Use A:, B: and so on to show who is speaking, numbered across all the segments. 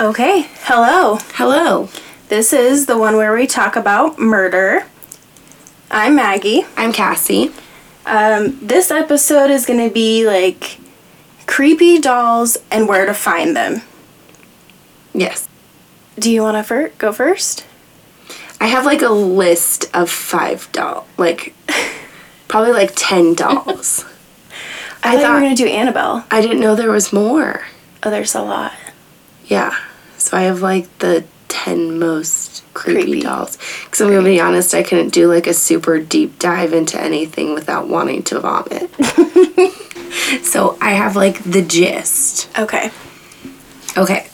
A: Okay, hello.
B: Hello,
A: This is the one where we talk about murder. I'm Maggie.
B: I'm Cassie.
A: Um, this episode is going to be like creepy dolls and where to find them.
B: Yes.
A: Do you want to fir- go first?
B: I have like a list of five doll, like probably like 10 dolls.
A: I, thought we
B: I
A: were
B: thought-
A: going to do Annabelle.
B: I didn't know there was more.
A: Oh, there's a lot.
B: Yeah. So I have like the 10 most creepy,
A: Creepy.
B: dolls. Because I'm going to be honest, I couldn't do like a super deep dive into anything without wanting to vomit. so I have like the gist.
A: Okay,
B: Okay.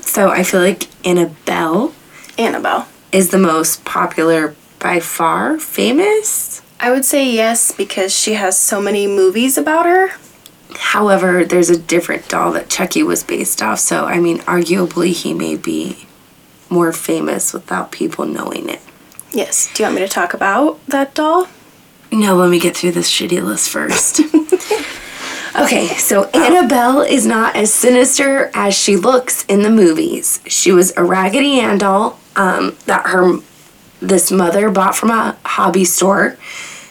B: So I feel like Annabelle
A: Annabelle.
B: is the most popular by far, famous.
A: I would say yes because she has so many movies about her.
B: However, there's a different doll that Chucky was based off, so I mean, arguably he may be more famous without people knowing it.
A: Yes. Do you want me to talk about that doll?
B: No, let me get through this shitty list first. okay, so Annabelle is not as sinister as she looks in the movies. She was a Raggedy Ann doll um, that her this mother bought from a hobby store.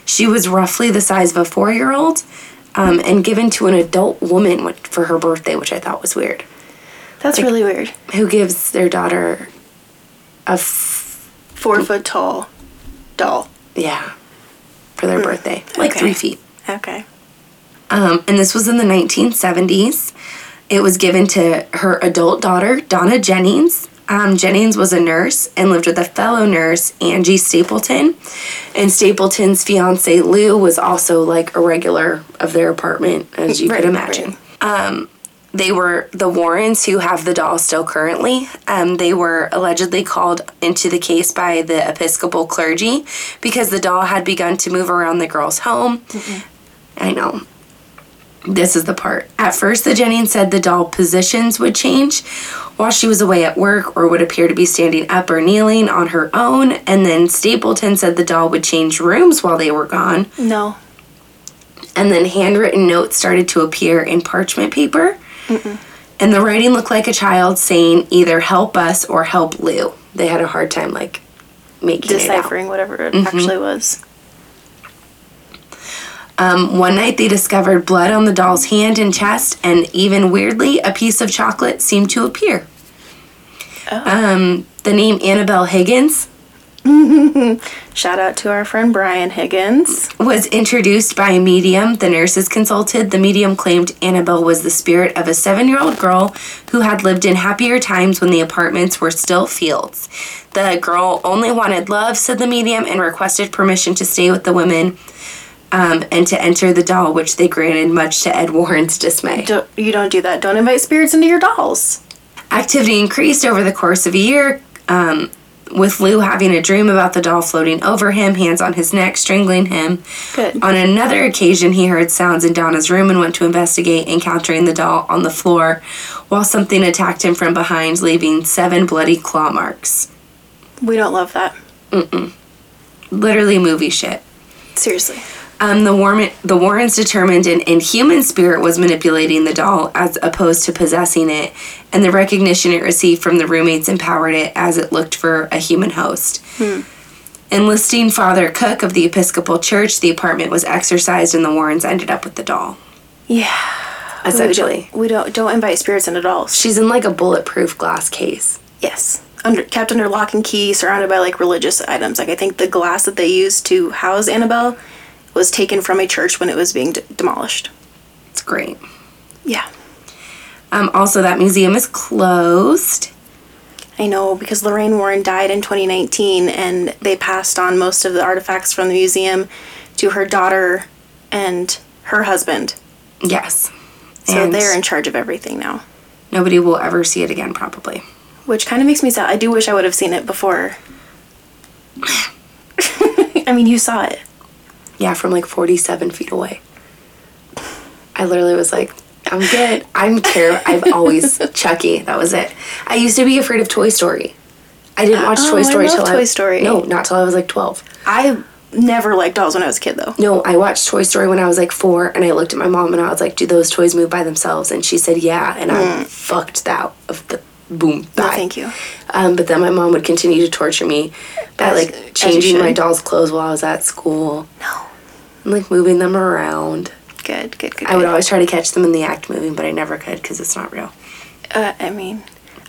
B: She was roughly the size of a four year old um, and given to an adult woman which, for her birthday, which I thought was weird.
A: That's really weird.
B: who gives their daughter a f-
A: Four foot tall doll.
B: yeah for their birthday like
A: Okay.
B: three feet
A: Okay.
B: um, and this was in the 1970s it was given to her adult daughter donna jennings um, jennings was a nurse and lived with a fellow nurse angie stapleton and stapleton's fiance lou was also like a regular of their apartment as you
A: Right,
B: could imagine Um,
A: right.
B: they were the Warrens who have the doll still currently. Um, they were allegedly called into the case by the Episcopal clergy because the doll had begun to move around the girl's home.
A: Mm-hmm.
B: I know. This is the part. At first, the Jennings said the doll positions would change while she was away at work or would appear to be standing up or kneeling on her own. And then Stapleton said the doll would change rooms while they were gone
A: No.
B: and then handwritten notes started to appear in parchment paper. And the writing looked like a child saying either help us or help Lou. They had a hard time like making it out.
A: Deciphering whatever it actually was.
B: Um, one night they discovered blood on the doll's hand and chest, and even weirdly, a piece of chocolate seemed to appear. Um, the name Annabelle Higgins
A: Shout out to our friend Brian Higgins.
B: was introduced by a medium the nurses consulted. The medium claimed Annabelle was the spirit of a seven year old girl who had lived in happier times when the apartments were still fields. The girl only wanted love, said the medium, and requested permission to stay with the women um, and to enter the doll, which they granted, much to Ed Warren's dismay.
A: Don't, you don't do that. Don't invite spirits into your dolls.
B: Activity increased over the course of a year, um, with Lou having a dream about the doll floating over him, hands on his neck, strangling him.
A: Good.
B: On another occasion, he heard sounds in Donna's room and went to investigate, encountering the doll on the floor while something attacked him from behind, leaving seven bloody claw marks.
A: We don't love that.
B: Literally movie shit.
A: Seriously.
B: Um, the, Warren, the Warrens determined an inhuman spirit was manipulating the doll as opposed to possessing it, and the recognition it received from the roommates empowered it as it looked for a human host.
A: Hmm.
B: Enlisting Father Cook of the Episcopal Church, the apartment was exorcised, and the Warrens ended up with the doll.
A: Yeah.
B: Essentially.
A: We don't, we don't don't invite spirits into dolls.
B: She's in like a bulletproof glass case.
A: Yes. Under kept under lock and key, surrounded by like religious items. Like I think the glass that they used to house Annabelle was taken from a church when it was being d- demolished.
B: It's great.
A: Yeah.
B: Um, also, that museum is closed.
A: I know because Lorraine Warren died in 2019 and they passed on most of the artifacts from the museum to her daughter and her husband.
B: Yes.
A: So
B: And
A: they're in charge of everything now.
B: nobody will ever see it again, probably.
A: Which kind of makes me sad. I do wish I would have seen it before. I mean, you saw it.
B: Yeah, from like 47 feet away. I literally was like, I'm good. I'm terrified. I've always Chucky. That was it. I used to be afraid of Toy Story. I didn't watch
A: Oh, I
B: Toy Story
A: love
B: till I,
A: Toy Story.
B: No, not till I was like 12.
A: I never liked dolls when I was a kid, though.
B: No, I watched Toy Story when I was like four, and I looked at my mom and I was like, "Do those toys move by themselves?" And she said, "Yeah," and I fucked that of the boom,
A: No,
B: bye.
A: Mm. thank you.
B: Um, but then my mom would continue to torture me by
A: As- as you
B: like changing my
A: should.
B: doll's clothes while I was at school
A: No.
B: and like moving them around.
A: Good, good, good.
B: I would
A: good.
B: always try to catch them in the act moving, but I never could because it's not real.
A: uh, I mean,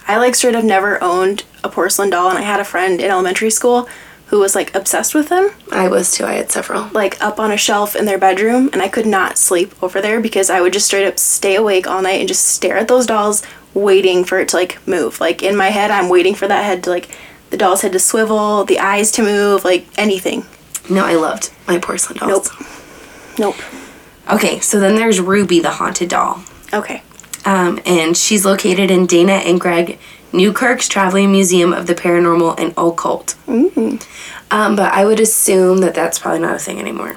A: I like straight up never owned a porcelain doll, and I had a friend in elementary school who was like obsessed with them,
B: I was too. I had several.
A: like up on a shelf in their bedroom, and I could not sleep over there because I would just straight up stay awake all night and just stare at those dolls, waiting for it to like move. Like in my head, I'm waiting for that head to like the doll's head to swivel, the eyes to move, like anything.
B: No, I loved my porcelain dolls.
A: Nope.
B: Okay, so then there's Ruby, the haunted doll.
A: Okay.
B: Um, and she's located in Dana and Greg Newkirk's Traveling Museum of the Paranormal and Occult. Mm-hmm. Um, but I would assume that that's probably not a thing anymore.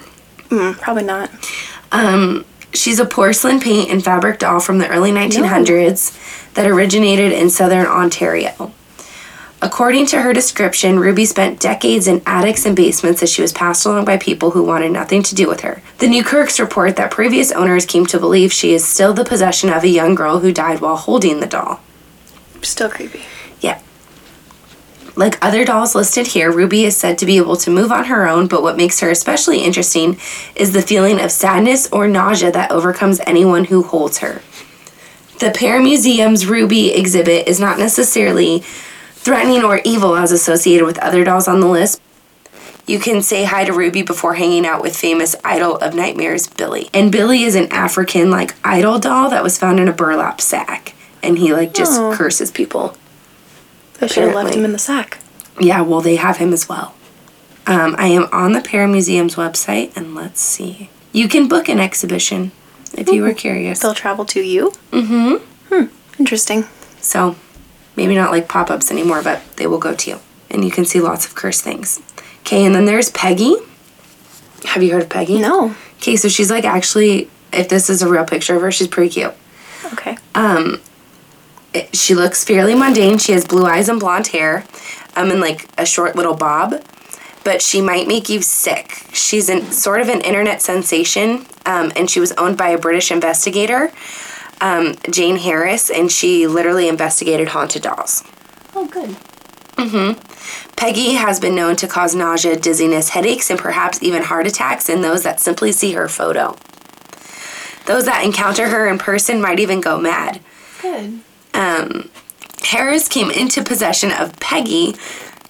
A: Mm, probably not.
B: She's a porcelain paint and fabric doll from the early 1900s that originated in southern Ontario. According to her description, Ruby spent decades in attics and basements as she was passed along by people who wanted nothing to do with her. The Newkirks report that previous owners came to believe she is still the possession of a young girl who died while holding the doll.
A: Still creepy.
B: Yeah. Like other dolls listed here, Ruby is said to be able to move on her own, but what makes her especially interesting is the feeling of sadness or nausea that overcomes anyone who holds her. The Pear Museum's Ruby exhibit is not necessarily threatening or evil as associated with other dolls on the list. You can say hi to Ruby before hanging out with famous idol of nightmares, Billy. And Billy is an African like idol doll that was found in a burlap sack. And he like just
A: Aw.
B: curses people.
A: I should have left
B: Apparently.
A: him in the sack.
B: Yeah, well, they have him as well. Um, I am on the Para Museum's website, and let's see. You can book an exhibition if you were curious.
A: They'll travel to you. Mm-hmm. Hmm. Interesting.
B: So maybe not like pop ups anymore, but they will go to you, and you can see lots of cursed things. Okay, and then there's Peggy. Have you heard of Peggy?
A: No.
B: Okay, so she's like actually, if this is a real picture of her, she's pretty cute.
A: Okay.
B: it- she looks fairly mundane. She has blue eyes and blonde hair, um, and like a short little bob. But she might make you sick. She's an sort of an internet sensation, um, and she was owned by a British investigator, um, Jane Harris, and she literally investigated haunted dolls.
A: oh, good.
B: Peggy has been known to cause nausea, dizziness, headaches, and perhaps even heart attacks in those that simply see her photo. Those that encounter her in person might even go mad.
A: Good.
B: Harris came into possession of Peggy,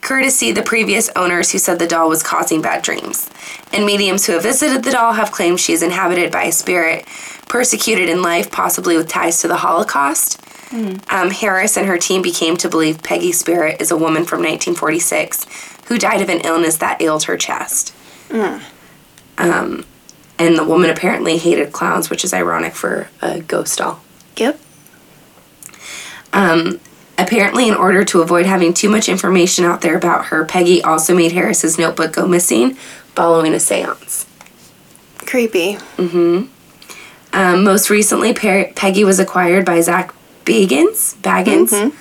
B: courtesy the previous owners who said the doll was causing bad dreams. And mediums who have visited the doll have claimed she is inhabited by a spirit persecuted in life, possibly with ties to the Holocaust. Um, Harris and her team became to believe Peggy's spirit is a woman from 1946 who died of an illness that ailed her chest. Um, and the woman apparently hated clowns, which is ironic for a ghost doll.
A: Yep.
B: Apparently, in order to avoid having too much information out there about her, Peggy also made Harris's notebook go missing following a seance.
A: Creepy.
B: Um, most recently, Per- Peggy was acquired by Zach Bagans, Baggins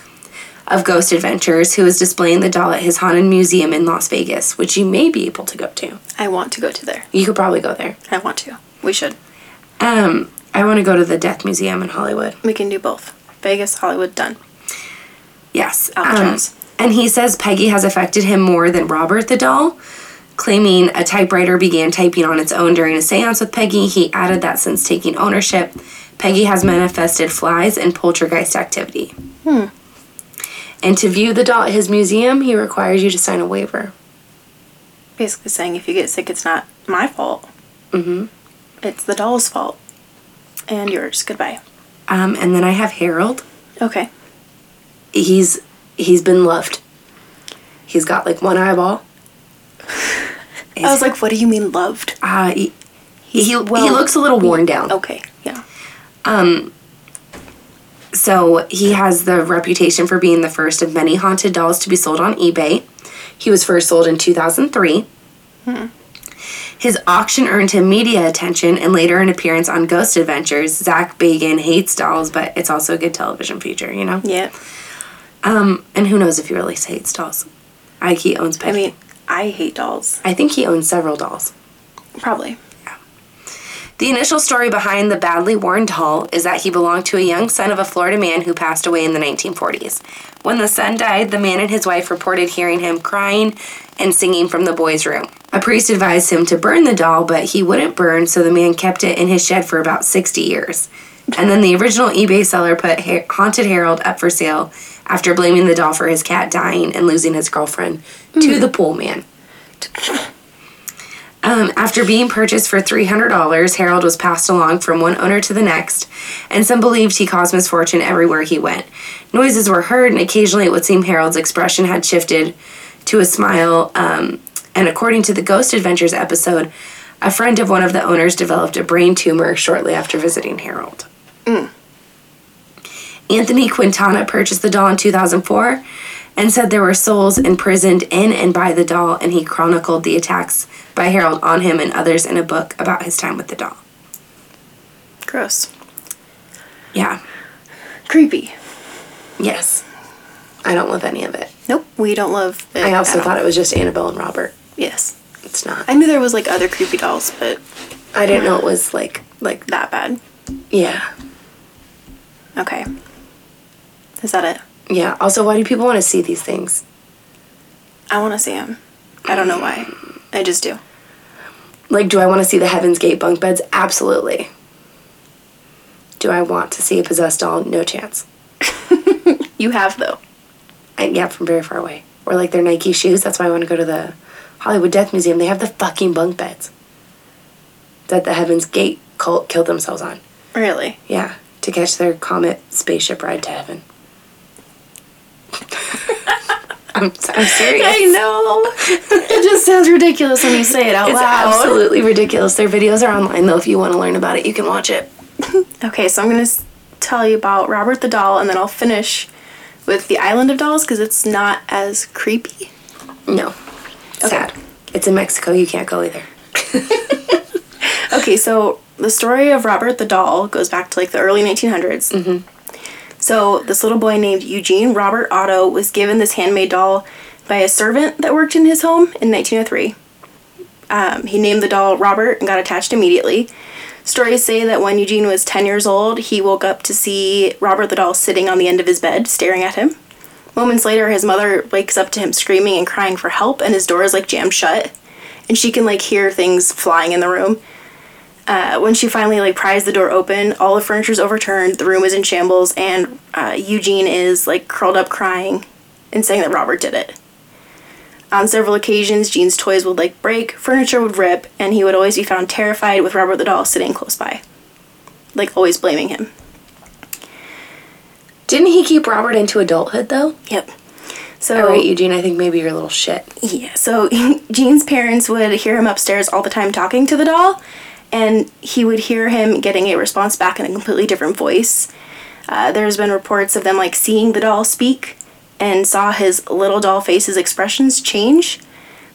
B: of Ghost Adventures, who is displaying the doll at his haunted museum in Las Vegas, which you may be able to go to.
A: I want to go to there.
B: You could probably go there.
A: I want to. We should.
B: Um, I want to go to the Death Museum in Hollywood.
A: We can do both. Vegas, Hollywood, done.
B: Yes.
A: Albatross.
B: um, and he says Peggy has affected him more than Robert the doll, claiming a typewriter began typing on its own during a seance with Peggy. He added that since taking ownership, Peggy has manifested flies and poltergeist activity. Hmm. And to view the doll at his museum, he requires you to sign a waiver.
A: Basically saying if you get sick, it's not my fault. Mm-hmm. It's the doll's fault. And yours. Goodbye.
B: Um, and then I have Harold.
A: Okay.
B: He's he's been loved. He's got like one eyeball.
A: I was like, what do you mean loved?
B: Uh, he, he,
A: well-
B: he looks a little worn down.
A: Okay. Yeah.
B: So he has the reputation for being the first of many haunted dolls to be sold on eBay. He was first sold in 2003. Hmm. His auction earned him media attention and later an appearance on Ghost Adventures. Zach Bagan hates dolls, but it's also a good television feature, you know?
A: Yeah.
B: And who knows if he really hates dolls? I he owns
A: I
B: Peggy.
A: mean, I hate dolls.
B: I think he owns several dolls.
A: Probably.
B: The initial story behind the badly worn doll is that he belonged to a young son of a Florida man who passed away in the 1940s. When the son died, the man and his wife reported hearing him crying and singing from the boy's room. A priest advised him to burn the doll, but he wouldn't burn, so the man kept it in his shed for about 60 years. And then the original eBay seller put Ha- Haunted Harold up for sale after blaming the doll for his cat dying and losing his girlfriend to the pool man. Um, after being purchased for $300, Harold was passed along from one owner to the next, and some believed he caused misfortune everywhere he went. Noises were heard, and occasionally it would seem Harold's expression had shifted to a smile. Um, and according to the Ghost Adventures episode, a friend of one of the owners developed a brain tumor shortly after visiting Harold. Anthony Quintana purchased the doll in 2004 and said there were souls imprisoned in and by the doll, and he chronicled the attacks by Harold on him and others in a book about his time with the doll.
A: Gross.
B: Yeah.
A: Creepy.
B: Yes. I don't love any of it.
A: Nope. We don't love it.
B: I also
A: at all.
B: thought it was just Annabelle and Robert.
A: Yes.
B: It's not.
A: I knew there was like other creepy dolls, but
B: I didn't know it was like like
A: that bad.
B: yeah.
A: Okay. Is that it?
B: Yeah. Also, why do people want to see these things?
A: I want to see him. I don't know why. I just do.
B: Like, do I want to see the Heaven's Gate bunk beds? Absolutely. Do I want to see a possessed doll? No chance.
A: You have though.
B: And yeah, from very far away. Or like their Nike shoes. That's why I want to go to the Hollywood Death Museum. They have the fucking bunk beds that the Heaven's Gate cult killed themselves on.
A: Really?
B: Yeah, to catch their comet spaceship ride to heaven. I'm, I'm serious.
A: I know. it just sounds ridiculous when you say it out
B: It's
A: loud.
B: absolutely ridiculous. Their videos are online though. If you want to learn about it, you can watch it.
A: Okay, so I'm gonna s- tell you about Robert the Doll, and then I'll finish with the Island of Dolls because it's not as creepy.
B: No, sad. It's in Mexico. You can't go either.
A: Okay, so the story of Robert the Doll goes back to like the early 1900s. So this little boy named Eugene Robert Otto was given this handmade doll by a servant that worked in his home in 1903. Um, he named the doll Robert and got attached immediately. Stories say that when Eugene was 10 years old, he woke up to see Robert the doll sitting on the end of his bed, staring at him. Moments later, his mother wakes up to him screaming and crying for help, and his door is like jammed shut, and she can like hear things flying in the room. Uh, when she finally like pries the door open, all the furniture's overturned, the room is in shambles, and uh, Eugene is like curled up crying and saying that Robert did it. On several occasions, Gene's toys would like break, furniture would rip, and he would always be found terrified with Robert the doll sitting close by, like always blaming him.
B: Didn't he keep Robert into adulthood though?
A: Yep. So
B: All right, Eugene. I think maybe you're a little shit.
A: Yeah, so Gene's parents would hear him upstairs all the time talking to the doll, and he would hear him getting a response back in a completely different voice. Uh, there's been reports of them like seeing the doll speak and saw his little doll face's expressions change.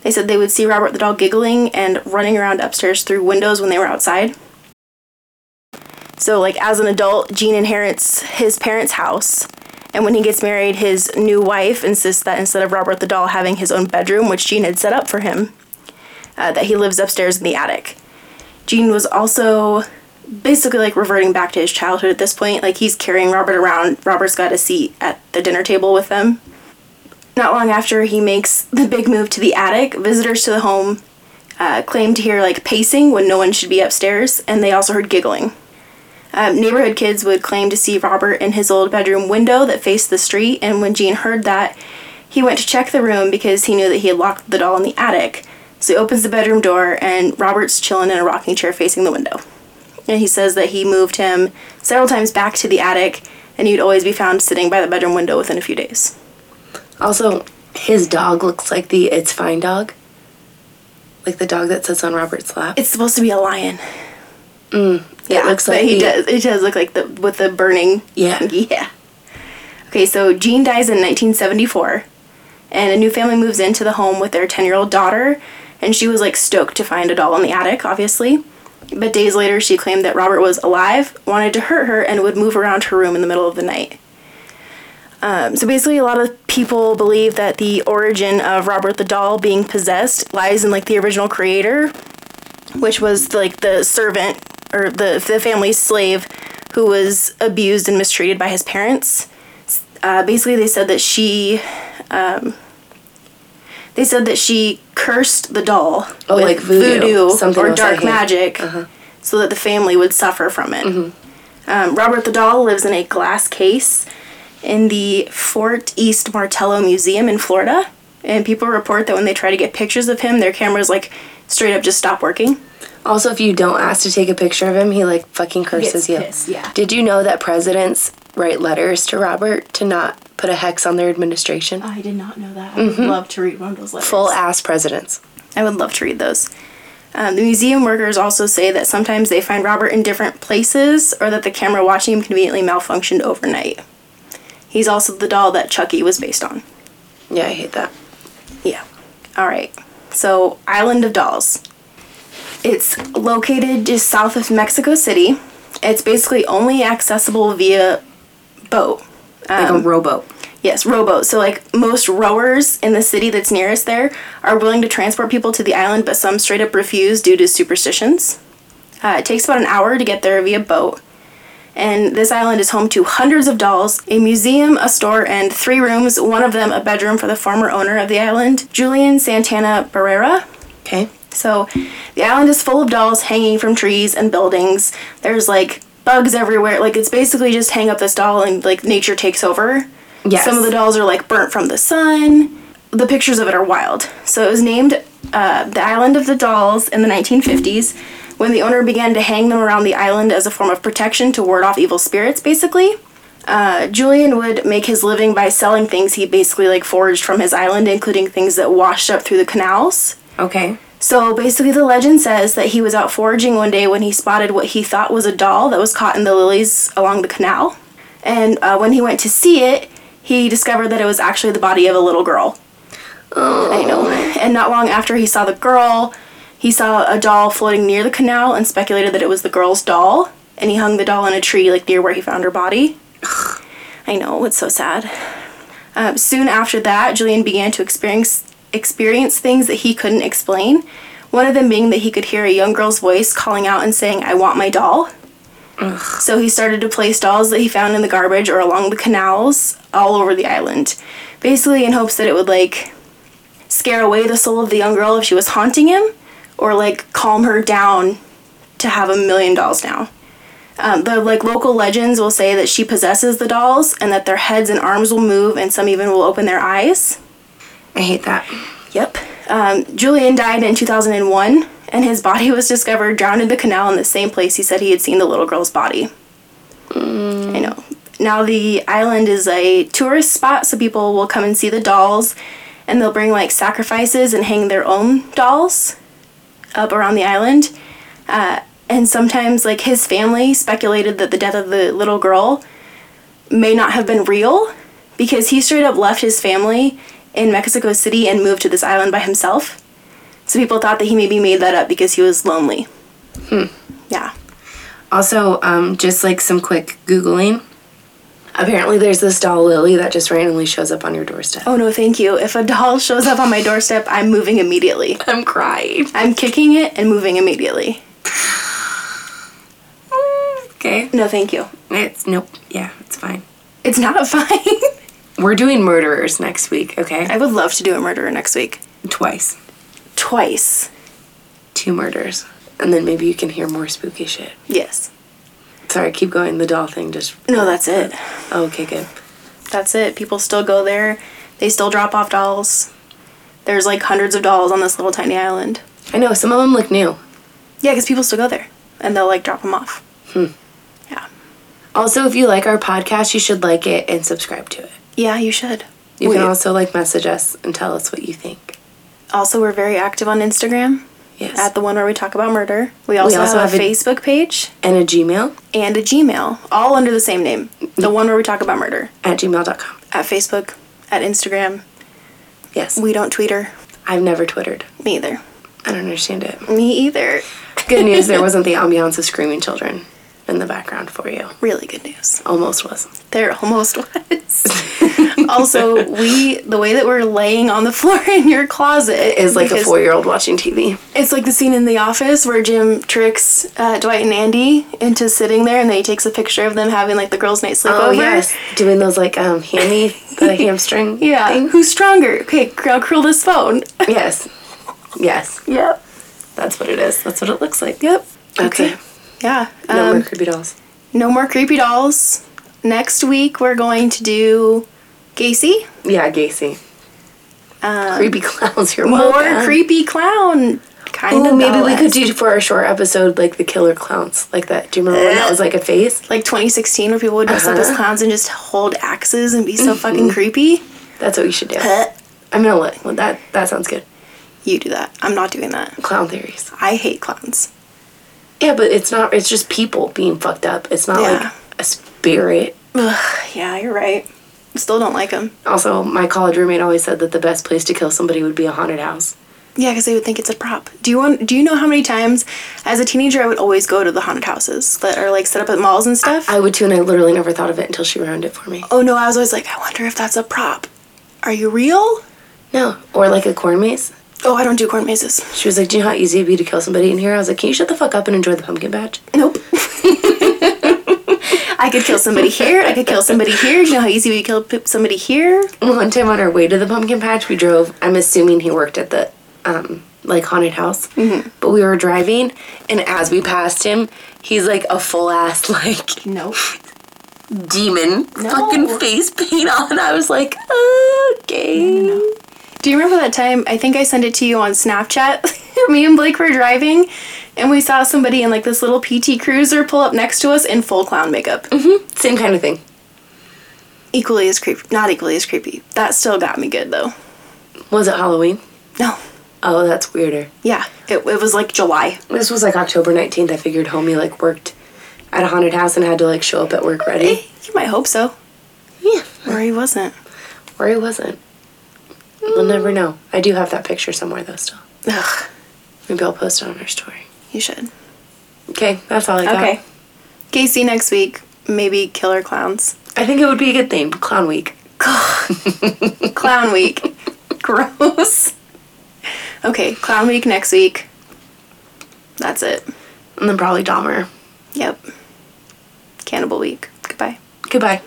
A: They said they would see Robert the doll giggling and running around upstairs through windows when they were outside. So, like, as an adult, Gene inherits his parents' house. And when he gets married, his new wife insists that instead of Robert the doll having his own bedroom, which Gene had set up for him, uh, that he lives upstairs in the attic. Gene was also basically like reverting back to his childhood at this point. Like he's carrying Robert around. Robert's got a seat at the dinner table with them. Not long after he makes the big move to the attic, visitors to the home uh, claim to hear like pacing when no one should be upstairs, and they also heard giggling. Um, neighborhood kids would claim to see Robert in his old bedroom window that faced the street, and when Gene heard that, he went to check the room because he knew that he had locked the doll in the attic. So he opens the bedroom door, and Robert's chilling in a rocking chair facing the window. And he says that he moved him several times back to the attic, and he'd always be found sitting by the bedroom window within a few days.
B: Also, his dog looks like the It's Fine dog. Like the dog that sits on Robert's lap.
A: It's supposed to be a lion.
B: Mm, it looks like
A: but he
B: the-
A: does. It does look like the with the burning.
B: Yeah.
A: Yeah. Okay, so Jean dies in 1974, and a new family moves into the home with their 10 year old daughter, and she was like stoked to find a doll in the attic, obviously. But days later, she claimed that Robert was alive, wanted to hurt her, and would move around her room in the middle of the night. Um, so basically, a lot of people believe that the origin of Robert the doll being possessed lies in like the original creator, which was like the servant or the the family slave who was abused and mistreated by his parents. Uh, basically, they said that she. Um, they said that she cursed the doll
B: Oh, like voodoo, something
A: or
B: else Uh-huh. I
A: dark
B: hate.
A: magic, so that the family would suffer from it.
B: Mm-hmm.
A: Um, Robert the doll lives in a glass case in the Fort East Martello Museum in Florida, and people report that when they try to get pictures of him, their cameras like straight up just stop working.
B: Also, if you don't ask to take a picture of him, he like fucking curses
A: gets
B: you.
A: pissed, yeah.
B: Did you know that presidents write letters to Robert to not put a hex on their administration?
A: I did not know that. I would love to read one of those letters.
B: Full ass presidents.
A: Mm-hmm. I would love to read those. Um, the museum workers also say that sometimes they find Robert in different places or that the camera watching him conveniently malfunctioned overnight. He's also the doll that Chucky was based on.
B: Yeah, I hate that.
A: Yeah. All right. So, Island of Dolls. It's located just south of Mexico City. It's basically only accessible via boat.
B: Like a rowboat.
A: Yes, rowboat. So like most rowers in the city that's nearest there are willing to transport people to the island, but some straight up refuse due to superstitions. Uh, it takes about an hour to get there via boat. And this island is home to hundreds of dolls, a museum, a store, and three rooms, one of them a bedroom for the former owner of the island, Julian Santana Barrera.
B: Okay.
A: So the island is full of dolls hanging from trees and buildings. There's like bugs everywhere. Like it's basically just hang up this doll and like nature takes over.
B: Yes.
A: Some of the dolls are like burnt from the sun. The pictures of it are wild. So it was named uh, the Island of the Dolls in the 1950s when the owner began to hang them around the island as a form of protection to ward off evil spirits, basically. Uh, Julian would make his living by selling things he basically like foraged from his island, including things that washed up through the canals.
B: Okay.
A: So basically, the legend says that he was out foraging one day when he spotted what he thought was a doll that was caught in the lilies along the canal. And uh, when he went to see it, he discovered that it was actually the body of a little girl. I know. And not long after he saw the girl, he saw a doll floating near the canal and speculated that it was the girl's doll. And he hung the doll in a tree, like near where he found her body. I know, it's so sad. Um, soon after that, Julian began to experience experience things that he couldn't explain. One of them being that he could hear a young girl's voice calling out and saying, "I want my doll." So he started to place dolls that he found in the garbage or along the canals all over the island, basically in hopes that it would like scare away the soul of the young girl if she was haunting him, or like calm her down to have a million dolls now. Um, the like local legends will say that she possesses the dolls and that their heads and arms will move and some even will open their eyes.
B: I hate that.
A: Yep. Um, Julian died in 2001 and his body was discovered drowned in the canal in the same place he said he had seen the little girl's body. I know. Now the island is a tourist spot so people will come and see the dolls and they'll bring like sacrifices and hang their own dolls up around the island. Uh, and sometimes, like, his family speculated that the death of the little girl may not have been real because he straight up left his family in Mexico City and moved to this island by himself. So people thought that he maybe made that up because he was lonely. Hmm. Yeah.
B: Also, um, just like some quick Googling. Apparently, there's this doll Lily that just randomly shows up on your doorstep.
A: Oh no, thank you. If a doll shows up on my doorstep, I'm moving immediately.
B: I'm crying.
A: I'm kicking it and moving immediately.
B: Okay.
A: No, thank you.
B: It's nope. Yeah, it's fine.
A: It's not fine.
B: We're doing murderers next week, okay?
A: I would love to do a murderer next week.
B: Twice.
A: Twice.
B: Two murders. And then maybe you can hear more spooky shit.
A: Yes.
B: Sorry, keep going. The doll thing just.
A: No, that's it.
B: Oh, okay, good.
A: that's it. People still go there. They still drop off dolls. There's like hundreds of dolls on this little tiny island.
B: I know, some of them look new.
A: Yeah, because people still go there and they'll like drop them off. Hmm. Yeah.
B: Also, if you like our podcast, you should like it and subscribe to it.
A: Yeah, you should.
B: You
A: Wait.
B: can also like message us and tell us what you think.
A: Also, we're very active on Instagram
B: Yes.
A: at the one where we talk about murder. We also,
B: also
A: have,
B: have
A: a
B: a-
A: Facebook page
B: and a Gmail
A: and a Gmail, all under the same name. The one where we talk about murder
B: at gmail.com.
A: at Facebook, at Instagram.
B: Yes.
A: We don't Twitter.
B: I've never Twittered.
A: Me either.
B: I don't understand it.
A: Me either.
B: Good news, there wasn't the ambiance of screaming children in the background for you.
A: Really good news.
B: Almost was.
A: There almost was. also, we the way that we're laying on the floor in your closet
B: Is like a
A: because
B: four year old watching TV.
A: It's like the scene in The Office where Jim tricks uh, Dwight and Andy into sitting there, and then he takes a picture of them having like the girls'
B: Oh,
A: night sleepover.
B: Doing those like um hammy the hamstring.
A: Yeah.
B: thing.
A: Who's stronger? Okay, now curl this phone.
B: Yes. Yes.
A: Yep.
B: That's what it is. That's what it looks like.
A: Yep.
B: Okay.
A: Yeah.
B: No
A: um,
B: more creepy dolls.
A: no more creepy dolls. Next week we're going to do Gacy.
B: Yeah, Gacy.
A: Um,
B: creepy clowns. You're
A: more
B: welcome.
A: creepy clown kind
B: Ooh,
A: of.
B: maybe we
A: doll-esque.
B: could do for our short episode like the killer clowns, like that. Do you remember when that was like a face?
A: like 2016 where people would dress
B: Uh-huh.
A: up as clowns and just hold axes and be so
B: Mm-hmm.
A: fucking creepy.
B: That's what you should do.
A: Huh.
B: I'm gonna look. Well, that that sounds good.
A: You do that. I'm not doing that.
B: Clown theories.
A: I hate clowns.
B: Yeah, but it's not. It's just people being fucked up. It's not
A: Yeah.
B: like a spirit.
A: Yeah, you're right. Still don't like them.
B: Also, my college roommate always said that the best place to kill somebody would be a haunted house.
A: Yeah, because they would think it's a prop. Do you want? Do you know how many times, as a teenager, I would always go to the haunted houses that are like set up at malls and stuff?
B: I would too, and I literally never thought of it until she ruined it for me.
A: oh no, I was always like, I wonder if that's a prop. Are you real?
B: No, or like a corn maze.
A: Oh, I don't do corn mazes.
B: She was like, "Do you know how easy it'd be to kill somebody in here?" I was like, "Can you shut the fuck up and enjoy the pumpkin patch?"
A: Nope. I could kill somebody here. I could kill somebody here. Do you know how easy we kill p- somebody here?
B: One time on our way to the pumpkin patch, we drove. I'm assuming he worked at the um, like haunted house, but we were driving, and as we passed him, he's like a full ass like
A: Nope.
B: demon fucking face paint on. I was like, okay.
A: Do you remember that time? I think I sent it to you on Snapchat. Me and Blake were driving, and we saw somebody in like this little PT Cruiser pull up next to us in full clown makeup.
B: Same kind of thing.
A: Equally as creepy. Not equally as creepy. That still got me good though.
B: Was it Halloween?
A: No.
B: Oh, that's weirder.
A: Yeah. It, it was like July.
B: This was like October 19th. I figured homie like worked at a haunted house and had to like show up at work
A: Eh,
B: ready.
A: You might hope so.
B: Mm-hmm. Yeah.
A: Or he wasn't.
B: Or he wasn't. We'll
A: Mm.
B: never know. I do have that picture somewhere though still.
A: Ugh.
B: Maybe I'll post it on our story.
A: You should.
B: Okay, that's all I got.
A: Okay. Casey next week. Maybe killer clowns.
B: I think it would be a good theme. Clown Week.
A: Clown week. Gross. Okay. Clown week next week. That's it.
B: And then probably Dahmer.
A: Yep. Cannibal week. Goodbye.
B: Goodbye.